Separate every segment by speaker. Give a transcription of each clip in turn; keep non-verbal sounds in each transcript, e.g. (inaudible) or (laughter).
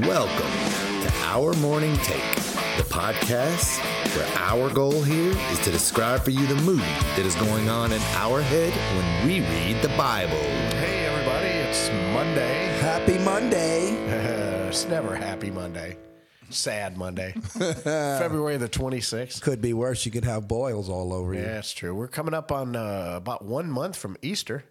Speaker 1: Welcome to Our Morning Take, the podcast where our goal here is to describe for you the movie that is going on in our head when we read the Bible.
Speaker 2: Hey, everybody, it's Monday.
Speaker 3: Happy Monday.
Speaker 2: it's never happy Monday. Sad
Speaker 3: (laughs)
Speaker 2: Monday. February the 26th.
Speaker 3: Could be worse. You could have boils all over
Speaker 2: Yeah,
Speaker 3: you.
Speaker 2: that's true. We're coming up on uh, about one month from Easter,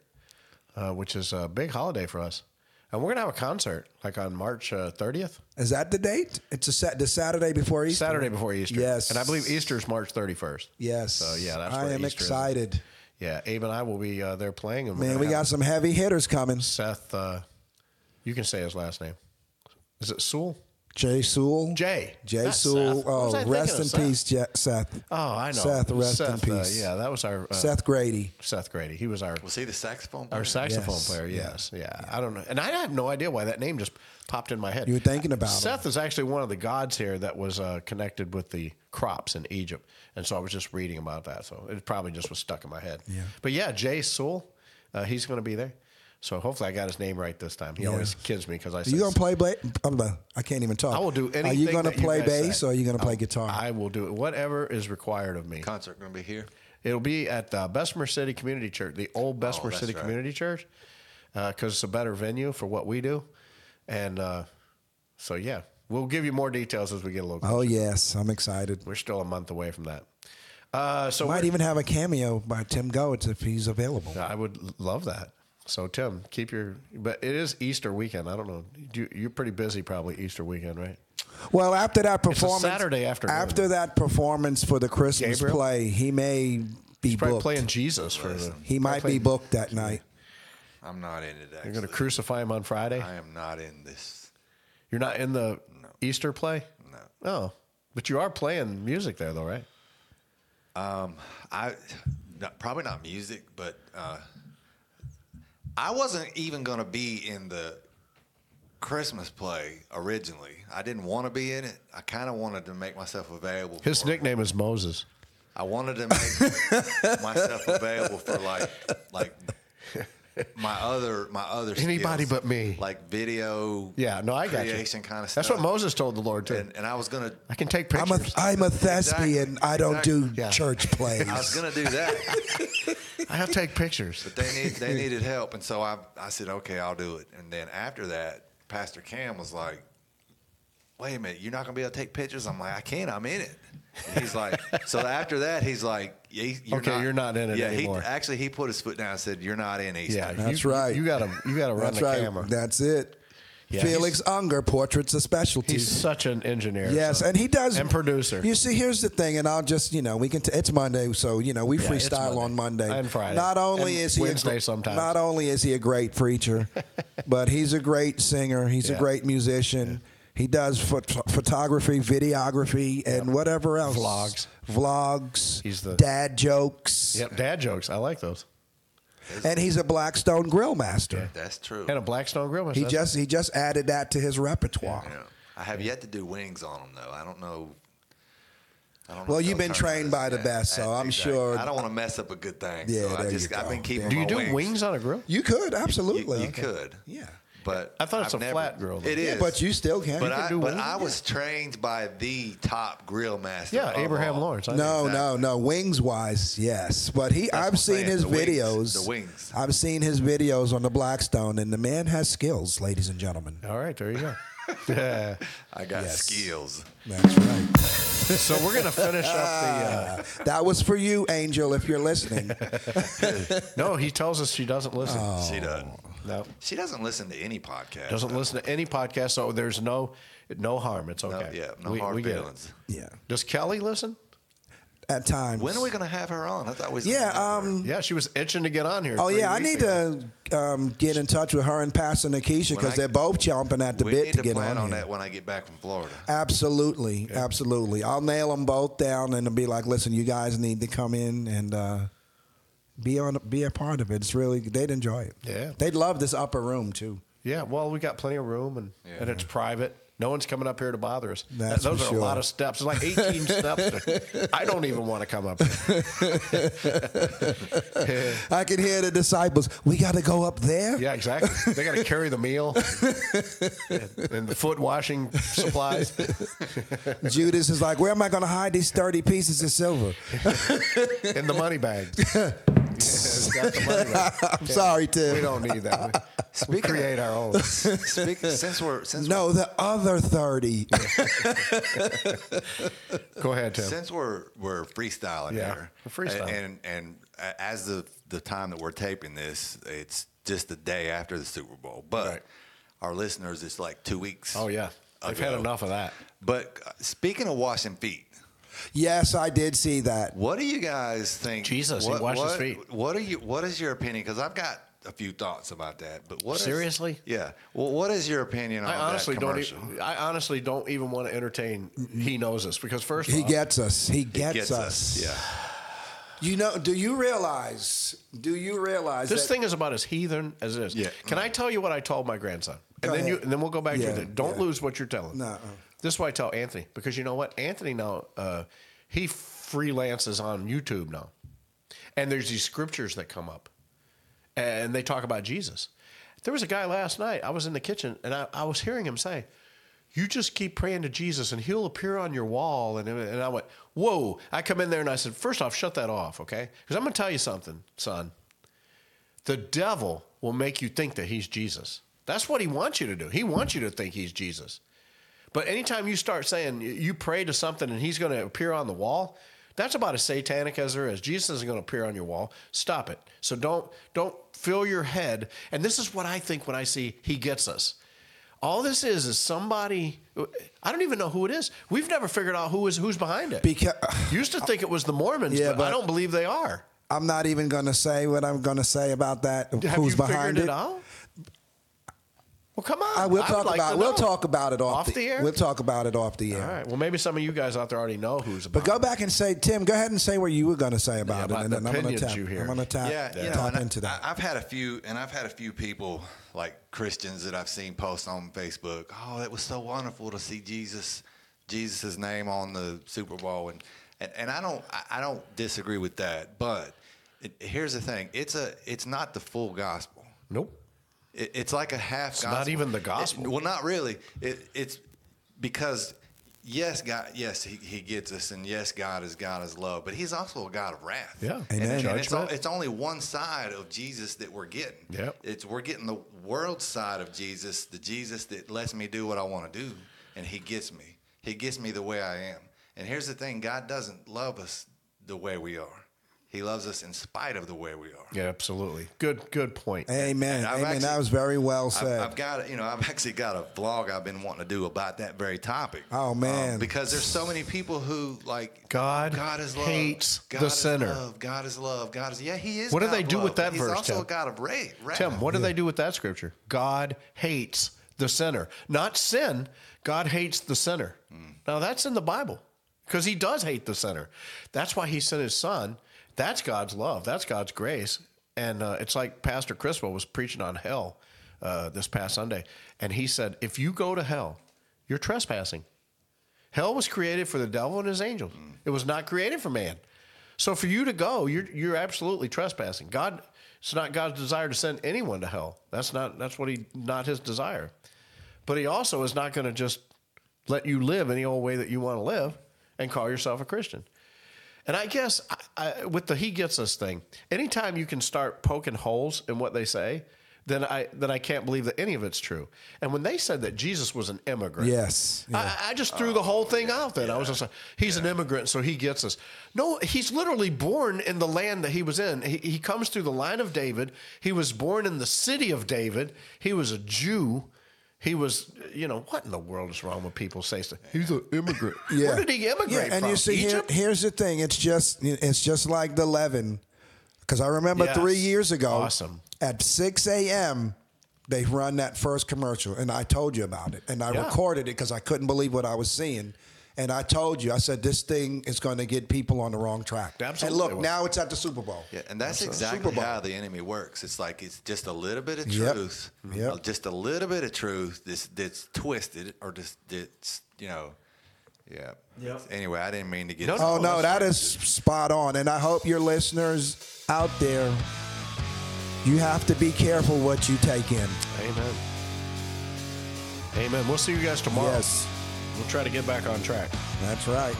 Speaker 2: uh, which is a big holiday for us. And we're going to have a concert like on March uh, 30th,
Speaker 3: Is that the date? It's a sat- the Saturday before Easter.
Speaker 2: Saturday before Easter.
Speaker 3: Yes.
Speaker 2: And I believe Easter's March 31st.
Speaker 3: Yes.
Speaker 2: So, Oh, yeah, that's
Speaker 3: I
Speaker 2: where
Speaker 3: am
Speaker 2: Easter is.
Speaker 3: excited.
Speaker 2: Yeah, Abe and I will be uh, there playing. And we're
Speaker 3: Man,
Speaker 2: gonna
Speaker 3: we
Speaker 2: have
Speaker 3: got some heavy hitters coming.
Speaker 2: Seth, uh, you can say his last name. Is it Sewell?
Speaker 3: Jay Sewell.
Speaker 2: Jay.
Speaker 3: Jay
Speaker 2: Not
Speaker 3: Sewell.
Speaker 2: Seth. What was I
Speaker 3: Oh,
Speaker 2: thinking
Speaker 3: rest
Speaker 2: of,
Speaker 3: in
Speaker 2: Seth?
Speaker 3: peace, Je- Seth.
Speaker 2: Oh, I know.
Speaker 3: Seth, rest in
Speaker 2: Seth, uh,
Speaker 3: peace.
Speaker 2: yeah, that was our uh, Seth.
Speaker 3: Seth Grady.
Speaker 2: Grady. He was our
Speaker 4: Was he the saxophone player?
Speaker 2: our saxophone
Speaker 3: Yes.
Speaker 2: player. Yes, yeah. I don't know, and I have no idea why that name just popped in my head.
Speaker 3: You were thinking about him.
Speaker 2: Seth is actually one of the gods here that was uh, connected with the crops in Egypt, and so I was just reading about that, so it probably just was stuck in my head. Yeah. But yeah, Jay Sewell, uh, he's going to be there. So hopefully I got his name right this time. He always kids me because I.
Speaker 3: Are
Speaker 2: say
Speaker 3: you gonna play? Ba- I'm a, I can't even talk.
Speaker 2: I will do
Speaker 3: Are
Speaker 2: anything
Speaker 3: you gonna
Speaker 2: that you
Speaker 3: play
Speaker 2: guys
Speaker 3: bass
Speaker 2: say. Oh,
Speaker 3: or are you gonna play guitar?
Speaker 2: I will do it. Whatever is required of me.
Speaker 4: concert going to be here?
Speaker 2: It'll be at the Bessemer City Community Church, the old Bessemer
Speaker 4: Oh, that's
Speaker 2: City
Speaker 4: right.
Speaker 2: Community Church, because it's a better venue for what we do. And uh, so, yeah, we'll give you more details as we get a little.
Speaker 3: oh yes, I'm excited.
Speaker 2: We're still a month away from that. Uh, so
Speaker 3: Might
Speaker 2: we're-
Speaker 3: even have a cameo by Tim Goetz if he's available.
Speaker 2: I would l- love that. So Tim, keep your. But it is Easter weekend. I don't know. You, you're pretty busy, probably Easter weekend, right?
Speaker 3: Well, after that performance,
Speaker 2: Saturday afternoon.
Speaker 3: After that performance for the Christmas
Speaker 2: Gabriel?
Speaker 3: play, he may be
Speaker 2: Probably
Speaker 3: booked.
Speaker 2: playing Jesus for the.
Speaker 3: he might be booked that night.
Speaker 4: I'm not in it. Actually.
Speaker 2: You're going to crucify him on Friday.
Speaker 4: I am not in this.
Speaker 2: You're not in the Easter play.
Speaker 4: No.
Speaker 2: Oh, but you are playing music there, though, right?
Speaker 4: I not, probably not music, but uh, I wasn't even going to be in the Christmas play originally. I didn't want to be in it. I kind of wanted to make myself available.
Speaker 2: His
Speaker 4: for-
Speaker 2: nickname is Moses.
Speaker 4: I wanted to make (laughs) myself available for like like my other my other
Speaker 2: Anybody
Speaker 4: skills,
Speaker 2: but me.
Speaker 4: like video.
Speaker 2: Yeah, no, I got you.
Speaker 4: creation kind of stuff.
Speaker 2: That's what Moses told the Lord too.
Speaker 4: and, and I was gonna
Speaker 2: I can take
Speaker 3: I'm a
Speaker 2: pictures. I
Speaker 3: I'm a thespian. I don't do
Speaker 2: Yeah. (laughs)
Speaker 3: church plays.
Speaker 4: I was gonna do that.
Speaker 2: I'll take pictures.
Speaker 4: But they need they needed help, and so I I said, okay, I'll do it. And then after that, Pastor Cam was like, wait a minute, you're not gonna be able to take pictures. I'm like, I can, I'm in it. And he's like, so after that, he's like, yeah, you're
Speaker 2: Okay, you're not in it
Speaker 4: yeah,
Speaker 2: anymore.
Speaker 4: He, actually, he put his foot down and said, you're not in Easter.
Speaker 2: Yeah,
Speaker 3: That's
Speaker 2: you-
Speaker 3: right.
Speaker 2: You gotta you gotta run
Speaker 3: That's
Speaker 2: the
Speaker 3: right.
Speaker 2: camera.
Speaker 3: That's it. Felix Unger, portraits a specialty.
Speaker 2: He's such an engineer.
Speaker 3: Yes,
Speaker 2: so-
Speaker 3: and he does.
Speaker 2: and producer.
Speaker 3: You see, here's the thing, and I'll just, you know, we can. T- it's Monday, so you know, we
Speaker 2: it's
Speaker 3: freestyle on
Speaker 2: Monday.
Speaker 3: Monday
Speaker 2: And Friday.
Speaker 3: Not only
Speaker 2: And
Speaker 3: is he a gr-
Speaker 2: Wednesday sometimes.
Speaker 3: Not only is he a
Speaker 2: (laughs)
Speaker 3: great preacher, but he's a great singer. He's
Speaker 2: Yeah.
Speaker 3: a great musician. He does phot- photography, videography, and whatever else.
Speaker 2: Vlogs.
Speaker 3: Vlogs.
Speaker 2: He's the-
Speaker 3: dad jokes.
Speaker 2: Yep, dad jokes. I like those.
Speaker 3: And he's a Blackstone grill master.
Speaker 4: that's true.
Speaker 2: And a Blackstone grill.
Speaker 3: He
Speaker 2: that's-
Speaker 3: just he just added that to his repertoire.
Speaker 4: Yeah. I have yet to do wings on them though. I don't know. I don't know
Speaker 3: Well,
Speaker 4: if
Speaker 3: you've
Speaker 4: they'll
Speaker 3: been
Speaker 4: turn
Speaker 3: trained
Speaker 4: out
Speaker 3: by
Speaker 4: as-
Speaker 3: the best, so I'm sure-
Speaker 4: I don't want to mess up a good thing.
Speaker 3: Yeah,
Speaker 4: so
Speaker 3: there
Speaker 4: I
Speaker 3: you
Speaker 4: just I've
Speaker 3: go.
Speaker 4: been keeping.
Speaker 2: Do you
Speaker 4: my
Speaker 2: do
Speaker 4: wings.
Speaker 2: wings on a grill?
Speaker 3: You could absolutely.
Speaker 4: You, you could.
Speaker 3: Yeah.
Speaker 4: But
Speaker 2: I thought it's
Speaker 4: I've
Speaker 2: a flat grill, though.
Speaker 4: It is.
Speaker 3: Yeah, but you still can.
Speaker 4: But
Speaker 3: You can
Speaker 4: I,
Speaker 2: do
Speaker 4: but
Speaker 2: wings,
Speaker 4: I was trained by the top grill master.
Speaker 2: Yeah,
Speaker 4: of
Speaker 2: Abraham
Speaker 4: all.
Speaker 2: Lawrence. I
Speaker 3: No,
Speaker 2: think.
Speaker 3: no, no. Wings wise, yes, but he.
Speaker 4: what I'm
Speaker 3: I've seen
Speaker 4: saying,
Speaker 3: his
Speaker 4: the wings,
Speaker 3: videos.
Speaker 4: the wings.
Speaker 3: I've seen his videos on the Blackstone, and the man has skills, ladies and gentlemen.
Speaker 2: All right, there you go. Yeah.
Speaker 4: I got
Speaker 3: Yes.
Speaker 4: skills.
Speaker 3: That's right. Uh,
Speaker 2: So we're gonna finish
Speaker 3: (laughs)
Speaker 2: up the.
Speaker 3: that was for you, Angel, if you're listening.
Speaker 2: Uh, no, he tells us she doesn't listen.
Speaker 3: Oh.
Speaker 4: She doesn't.
Speaker 2: No,
Speaker 4: She doesn't listen to any podcast.
Speaker 2: doesn't listen to any podcast. So there's no no harm. It's
Speaker 4: No,
Speaker 2: okay.
Speaker 4: Yeah, no
Speaker 2: We-
Speaker 4: hard
Speaker 2: we get it.
Speaker 4: feelings.
Speaker 3: yeah.
Speaker 2: Does Kelly listen?
Speaker 3: At times.
Speaker 4: When are we gonna have her on? I thought we. was
Speaker 3: Yeah.
Speaker 4: gonna have her.
Speaker 3: Um.
Speaker 2: Yeah, she was itching to get on here.
Speaker 3: Oh
Speaker 2: three
Speaker 3: yeah, I
Speaker 2: weeks
Speaker 3: need
Speaker 2: ago.
Speaker 3: to um, get in touch with her and Pastor Nikisha
Speaker 4: When I-
Speaker 3: because they're both chomping at the
Speaker 4: we
Speaker 3: bit
Speaker 4: need
Speaker 3: to,
Speaker 4: to
Speaker 3: get on,
Speaker 4: plan on
Speaker 3: here.
Speaker 4: that when I get back from
Speaker 3: (laughs)
Speaker 4: Florida.
Speaker 3: Absolutely, absolutely. I'll nail them both down and be like, "Listen, you guys need to come in and uh, be on, be a part of it. It's really they'd enjoy it.
Speaker 2: Yeah.
Speaker 3: they'd love this upper room too.
Speaker 2: Yeah, well, we got plenty of room and and it's private. No one's coming up here to bother us.
Speaker 3: That's
Speaker 2: Those
Speaker 3: for
Speaker 2: are
Speaker 3: sure.
Speaker 2: a lot of steps. It's like 18
Speaker 3: (laughs)
Speaker 2: steps. I don't even want to come up here.
Speaker 3: I can hear the disciples. We got to go up there.
Speaker 2: Yeah, exactly. They got to carry the meal and, and the foot washing supplies.
Speaker 3: (laughs) Judas is like, where am I going to hide these thirty pieces
Speaker 2: (laughs)
Speaker 3: of silver?
Speaker 2: in the money bag.
Speaker 3: (laughs)
Speaker 2: Yeah, it's got the money bag.
Speaker 3: I'm sorry,
Speaker 2: We
Speaker 3: Tim.
Speaker 2: don't need that. We
Speaker 4: Speaking of-
Speaker 2: create our own.
Speaker 4: Speak, since we're since
Speaker 3: No, the other thirty.
Speaker 2: Go ahead, Tim.
Speaker 4: since we're we're freestyling
Speaker 2: Yeah,
Speaker 4: here,
Speaker 2: we're freestyling.
Speaker 4: and and, and as the the time that we're taping this, it's just the day after the Super Bowl. But
Speaker 2: Right.
Speaker 4: our listeners, it's like two weeks.
Speaker 2: Oh yeah, I've had
Speaker 4: ago.
Speaker 2: enough of that.
Speaker 4: But uh, speaking of washing feet,
Speaker 3: yes, I did see that.
Speaker 4: what do you guys think?
Speaker 2: Jesus, he
Speaker 4: what,
Speaker 2: washed his
Speaker 4: what-
Speaker 2: feet.
Speaker 4: What are you? What is your opinion? Because I've got a few thoughts about that. But what is-
Speaker 2: Seriously?
Speaker 4: yeah. Well, what is your opinion on
Speaker 2: I honestly
Speaker 4: that
Speaker 2: don't. e-
Speaker 4: commercial?
Speaker 2: Even, I honestly don't even want to entertain. He knows this because first
Speaker 3: He
Speaker 2: off,
Speaker 3: gets us. He gets,
Speaker 4: Gets
Speaker 3: us.
Speaker 4: us. Yeah.
Speaker 3: You know? Do you realize? Do you realize
Speaker 2: this
Speaker 3: that-
Speaker 2: thing is about as heathen as it is.
Speaker 4: Yeah.
Speaker 2: Can I tell you what I told my grandson? And
Speaker 3: Go
Speaker 2: then you
Speaker 3: ahead.
Speaker 2: and then we'll go back
Speaker 3: Yeah,
Speaker 2: to that. Don't
Speaker 3: yeah.
Speaker 2: lose what you're telling.
Speaker 3: Nuh-uh.
Speaker 2: This is why I tell Anthony because you know what Anthony now uh, he freelances on YouTube now, and there's these scriptures that come up, and they talk about Jesus. There was a guy last night. I was in the kitchen and I, I was hearing him say. You just keep praying to Jesus and he'll appear on your wall. And, and I went, Whoa. I come in there and I said, First off, shut that off, okay? Because I'm going to tell you something, son. The devil will make you think that he's Jesus. That's what he wants you to do. He wants you to think he's Jesus. But anytime you start saying y- you pray to something and he's going to appear on the wall, that's about as satanic as there is. Jesus isn't going to appear on your wall. Stop it. So don't don't fill your head. And this is what I think when I see he gets us. All this is is somebody. I don't even know who it is. We've never figured out who is who's behind it.
Speaker 3: Because
Speaker 2: Used to think it was the Mormons,
Speaker 3: Yeah,
Speaker 2: but, I
Speaker 3: but-
Speaker 2: don't believe they are.
Speaker 3: I'm not even going to say what I'm going to say about that.
Speaker 2: Have
Speaker 3: who's
Speaker 2: you
Speaker 3: behind
Speaker 2: figured it, out? Well, come on.
Speaker 3: I will
Speaker 2: I would
Speaker 3: talk
Speaker 2: like
Speaker 3: about.
Speaker 2: to
Speaker 3: We'll
Speaker 2: know.
Speaker 3: talk about it off,
Speaker 2: Off the air?
Speaker 3: We'll talk about it off the air.
Speaker 2: All right. Well, maybe some of you guys out there already know who's.
Speaker 3: But
Speaker 2: About
Speaker 3: go back and say, Tim. Go ahead and say what you were going to say about
Speaker 2: about
Speaker 3: it, and
Speaker 2: the
Speaker 3: then I'm going to
Speaker 2: opinions
Speaker 3: tap.
Speaker 2: you hear.
Speaker 3: I'm going to tap.
Speaker 4: yeah, you know,
Speaker 3: tap
Speaker 4: and I-
Speaker 3: into that.
Speaker 4: I, have had a few, and I've had a few people like Christians that I've seen post on Facebook. Oh, it was so wonderful to see Jesus, Jesus's name on the Super Bowl, and and, and I don't I- I don't disagree with that. But it, here's the thing: it's a it's not the full gospel.
Speaker 2: Nope.
Speaker 4: It, it's like a half
Speaker 2: not
Speaker 4: gospel.
Speaker 2: even the
Speaker 4: It-
Speaker 2: gospel.
Speaker 4: well, not really. It, it's because yes, God, yes, he, he gets us, and yes, God is God is love, but He's also a God of wrath.
Speaker 2: Yeah.
Speaker 4: and,
Speaker 3: Amen.
Speaker 4: and it's, o-
Speaker 2: Judgment.
Speaker 4: it's only one side of Jesus that we're getting.
Speaker 2: Yep.
Speaker 4: it's we're getting the world side of Jesus, the Jesus that lets me do what I want to do, and He gets me. He gets me the way I am. And here's the thing: God doesn't love us the way we are. He loves us in spite of the way we are.
Speaker 2: Yeah, absolutely. Good. Good point.
Speaker 3: Amen.
Speaker 4: and I've
Speaker 3: Amen. that
Speaker 4: actually-
Speaker 3: was very well said.
Speaker 4: I've, I've got you know I've actually got a vlog I've been wanting to do about that very topic. Um,
Speaker 3: Oh, man.
Speaker 4: because there's so many people who like
Speaker 2: God hates
Speaker 4: God
Speaker 2: the
Speaker 4: is
Speaker 2: sinner.
Speaker 4: Love, God is love. God is yeah. He is.
Speaker 2: What do
Speaker 4: God
Speaker 2: they
Speaker 4: of
Speaker 2: do with
Speaker 4: love,
Speaker 2: that
Speaker 4: but He's
Speaker 2: verse,
Speaker 4: also
Speaker 2: Tim?
Speaker 4: a God of ra- wrath.
Speaker 2: Tim, what do they do with that scripture? God hates the sinner, not sin. God hates the sinner. Now that's in the Bible because He does hate the sinner. That's why He sent His Son. That's God's love. That's God's grace. And uh, it's like Pastor Criswell was preaching on hell uh, this past Sunday, and he said, "If you go to hell, you're trespassing." Hell was created for the devil and his angels. It was not created for man. So for you to go, you're you're absolutely trespassing. God, it's not God's desire to send anyone to hell. That's not that's what he not his desire. But he also is not going to just let you live any old way that you want to live and call yourself a Christian. And I guess I, I, with the he gets us thing, anytime you can start poking holes in what they say, then I then I can't believe that any of it's true. And when they said that Jesus was an immigrant,
Speaker 3: yes.
Speaker 2: I, I just threw the whole thing out. Then I was just like, he's an immigrant, so he gets us. No, he's literally born in the land that he was in. He, he comes through the line of David. He was born in the city of David. He was a Jew. He was, you know, what in the world is wrong with people say stuff? He's an immigrant. (laughs)
Speaker 3: Yeah.
Speaker 2: Where did he immigrate
Speaker 3: Yeah, and
Speaker 2: from?
Speaker 3: you see, here,
Speaker 2: Egypt?
Speaker 3: here's the thing. It's just it's just like the leaven, because I remember
Speaker 2: Yes.
Speaker 3: three years ago,
Speaker 2: Awesome.
Speaker 3: at 6 a.m. They run that first commercial, and I told you about it, and I
Speaker 2: Yeah.
Speaker 3: recorded it because I couldn't believe what I was seeing. And I told you, I said this thing is going to get people on the wrong track.
Speaker 2: Absolutely
Speaker 3: And
Speaker 2: it
Speaker 3: look,
Speaker 2: will.
Speaker 3: now it's at the Super Bowl.
Speaker 4: Yeah, and that's
Speaker 3: Super
Speaker 4: exactly
Speaker 3: Bowl.
Speaker 4: how the enemy works. It's like it's just a little bit of
Speaker 3: Yep. Mm-hmm.
Speaker 4: truth, Uh,
Speaker 3: Yep.
Speaker 4: just a little bit of truth that's, that's twisted or just that's you know, yeah. Anyway, I didn't mean to get.
Speaker 3: Oh no, that is spot on, and I hope your listeners out there, you have to be careful what you take in.
Speaker 2: Amen. Amen. We'll see you guys tomorrow.
Speaker 3: Yes,
Speaker 2: We'll try to get back on track.
Speaker 3: that's right.